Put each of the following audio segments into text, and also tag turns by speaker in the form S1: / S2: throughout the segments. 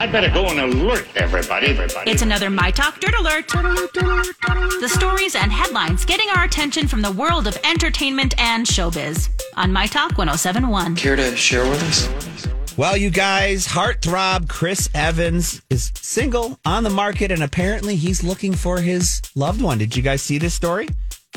S1: I better go and alert everybody, everybody.
S2: It's another My Talk Dirt Alert. The stories and headlines getting our attention from the world of entertainment and showbiz on My Talk 1071.
S3: Care to share with us?
S4: Well, you guys, heartthrob Chris Evans is single on the market, and apparently he's looking for his loved one. Did you guys see this story?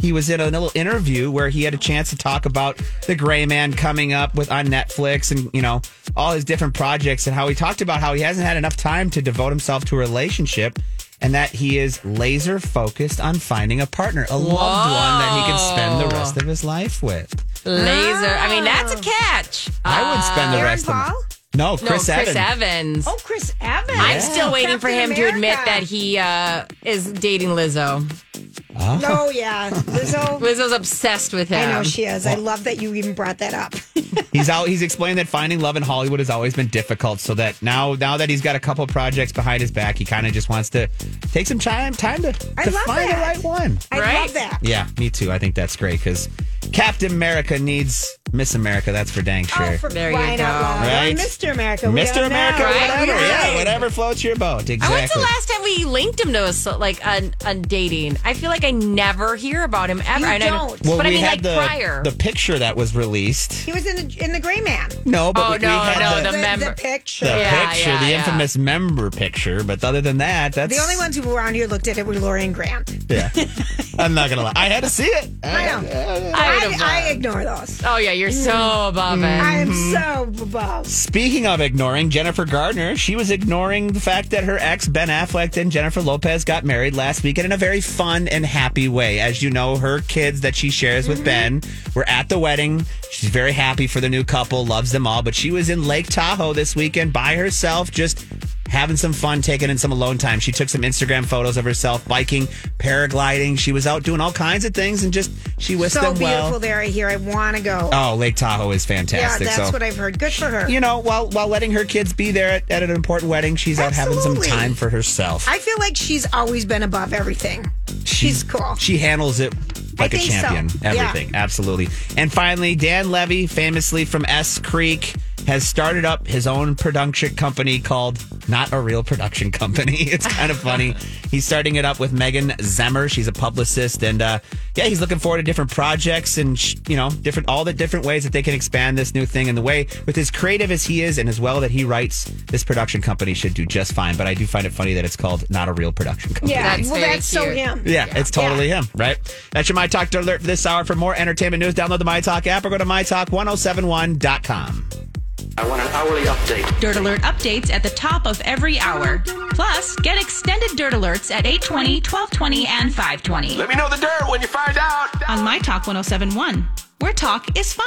S4: He was in a little interview where he had a chance to talk about the Gray Man coming up with on Netflix, and you know all his different projects, and how he talked about how he hasn't had enough time to devote himself to a relationship, and that he is laser focused on finding a partner, a loved one that he can spend the rest of his life with.
S5: Laser. I mean, that's
S6: Ah.
S5: a catch.
S4: I would spend the
S6: Aaron
S4: rest of
S6: Paul?
S4: no
S5: No, Chris,
S4: Evans.
S5: Evans.
S6: Oh, Chris Evans.
S5: I'm still waiting for him
S6: Captain
S5: to admit
S6: America.
S5: that he uh, is dating Lizzo.
S6: Oh yeah, Lizzo.
S5: Lizzo's obsessed with him.
S6: I know she is. I love that you even brought that up.
S4: He's out. He's explained that finding love in Hollywood has always been difficult. So that now, now that he's got a couple projects behind his back, he kind of just wants to take some time, time to,
S6: I
S4: to
S6: love
S4: find the
S6: that.
S4: right one.
S6: I
S5: Right?
S6: love that.
S4: Yeah, me too. I think that's great because Captain America needs Miss America. That's for dang sure.
S6: Oh, for
S5: There you
S6: crying out
S5: go.
S6: loud. Or
S4: Right?
S6: Mr. America. we
S4: Mr.
S6: don't
S4: America,
S6: know.
S5: right?
S4: whatever.
S5: Right.
S4: Yeah, whatever floats your boat. Exactly.
S5: And When's the last time we linked him to a so, like on on dating? I feel like I never hear about him ever.
S6: You
S5: And I
S6: don't.
S4: Well,
S5: but I
S4: we
S5: mean,
S4: had
S5: like
S4: the,
S5: prior.
S4: the picture that was released.
S6: He was in the in the Gray Man.
S4: No, but
S5: Oh,
S4: we, we
S5: no,
S4: had
S5: no,
S4: the,
S5: the- member.
S6: picture.
S4: the
S5: Yeah,
S4: picture,
S5: yeah,
S4: the
S5: yeah.
S4: infamous member picture. But other than that, that's
S6: The only ones who around here looked at it were Lori and Grant.
S4: Yeah, I'm not gonna lie. I had to see it.
S6: I know.
S5: I would
S6: I,
S5: have
S6: I
S5: loved-
S6: ignore those.
S5: Oh yeah, you're so above it.
S6: I am
S4: Mm-hmm.
S6: so uh, above.
S4: Speaking of ignoring Jennifer Gardner, she was ignoring the fact that her ex Ben Affleck and Jennifer Lopez got married last weekend in a very fun and happy way. As you know, her kids that she shares
S6: Mm-hmm.
S4: with Ben were at the wedding. She's very happy for the new couple, loves them all, but she was in Lake Tahoe this weekend by herself just having some fun, taking in some alone time. She took some Instagram photos of herself biking, paragliding. She was out doing all kinds of things and just she wished
S6: So
S4: them
S6: beautiful
S4: well.
S6: there. I hear. I want to go.
S4: Oh, Lake Tahoe is
S6: yeah,
S4: fantastic.
S6: that's
S4: so
S6: what I've heard. Good for her.
S4: you know, while while letting her kids be there at, at an important wedding, she's out having some
S6: Absolutely.
S4: time for herself.
S6: I feel like she's always been above everything. She's cool.
S4: She handles it like a
S6: think so.
S4: champion.
S6: Yeah.
S4: Everything, absolutely. And finally, Dan Levy, famously from S Creek, has started up his own production company called Not a Real Production Company. It's kind of funny. he's starting it up with Megan Zemmer. She's a publicist, and uh, yeah, he's looking forward to different projects and sh- you know different all the different ways that they can expand this new thing. And the way with as creative as he is, and as well that he writes, this production company should do just fine. But I do find it funny that it's called Not a Real Production Company.
S6: yeah,
S5: That's
S6: well,
S5: very
S6: that's so
S5: cute.
S6: him.
S4: Yeah, it's totally him, right? That's your My Talk Dirt Alert for this hour. For more entertainment news, download the My Talk oh app or go to MyTalk1071.com.
S3: I want an hourly update.
S2: Dirt Alert updates at the top of every hour. Plus, get extended Dirt Alerts at 820, 1220, and 520
S3: Let me know the dirt when you find out.
S2: on My Talk 1071, where talk is fun.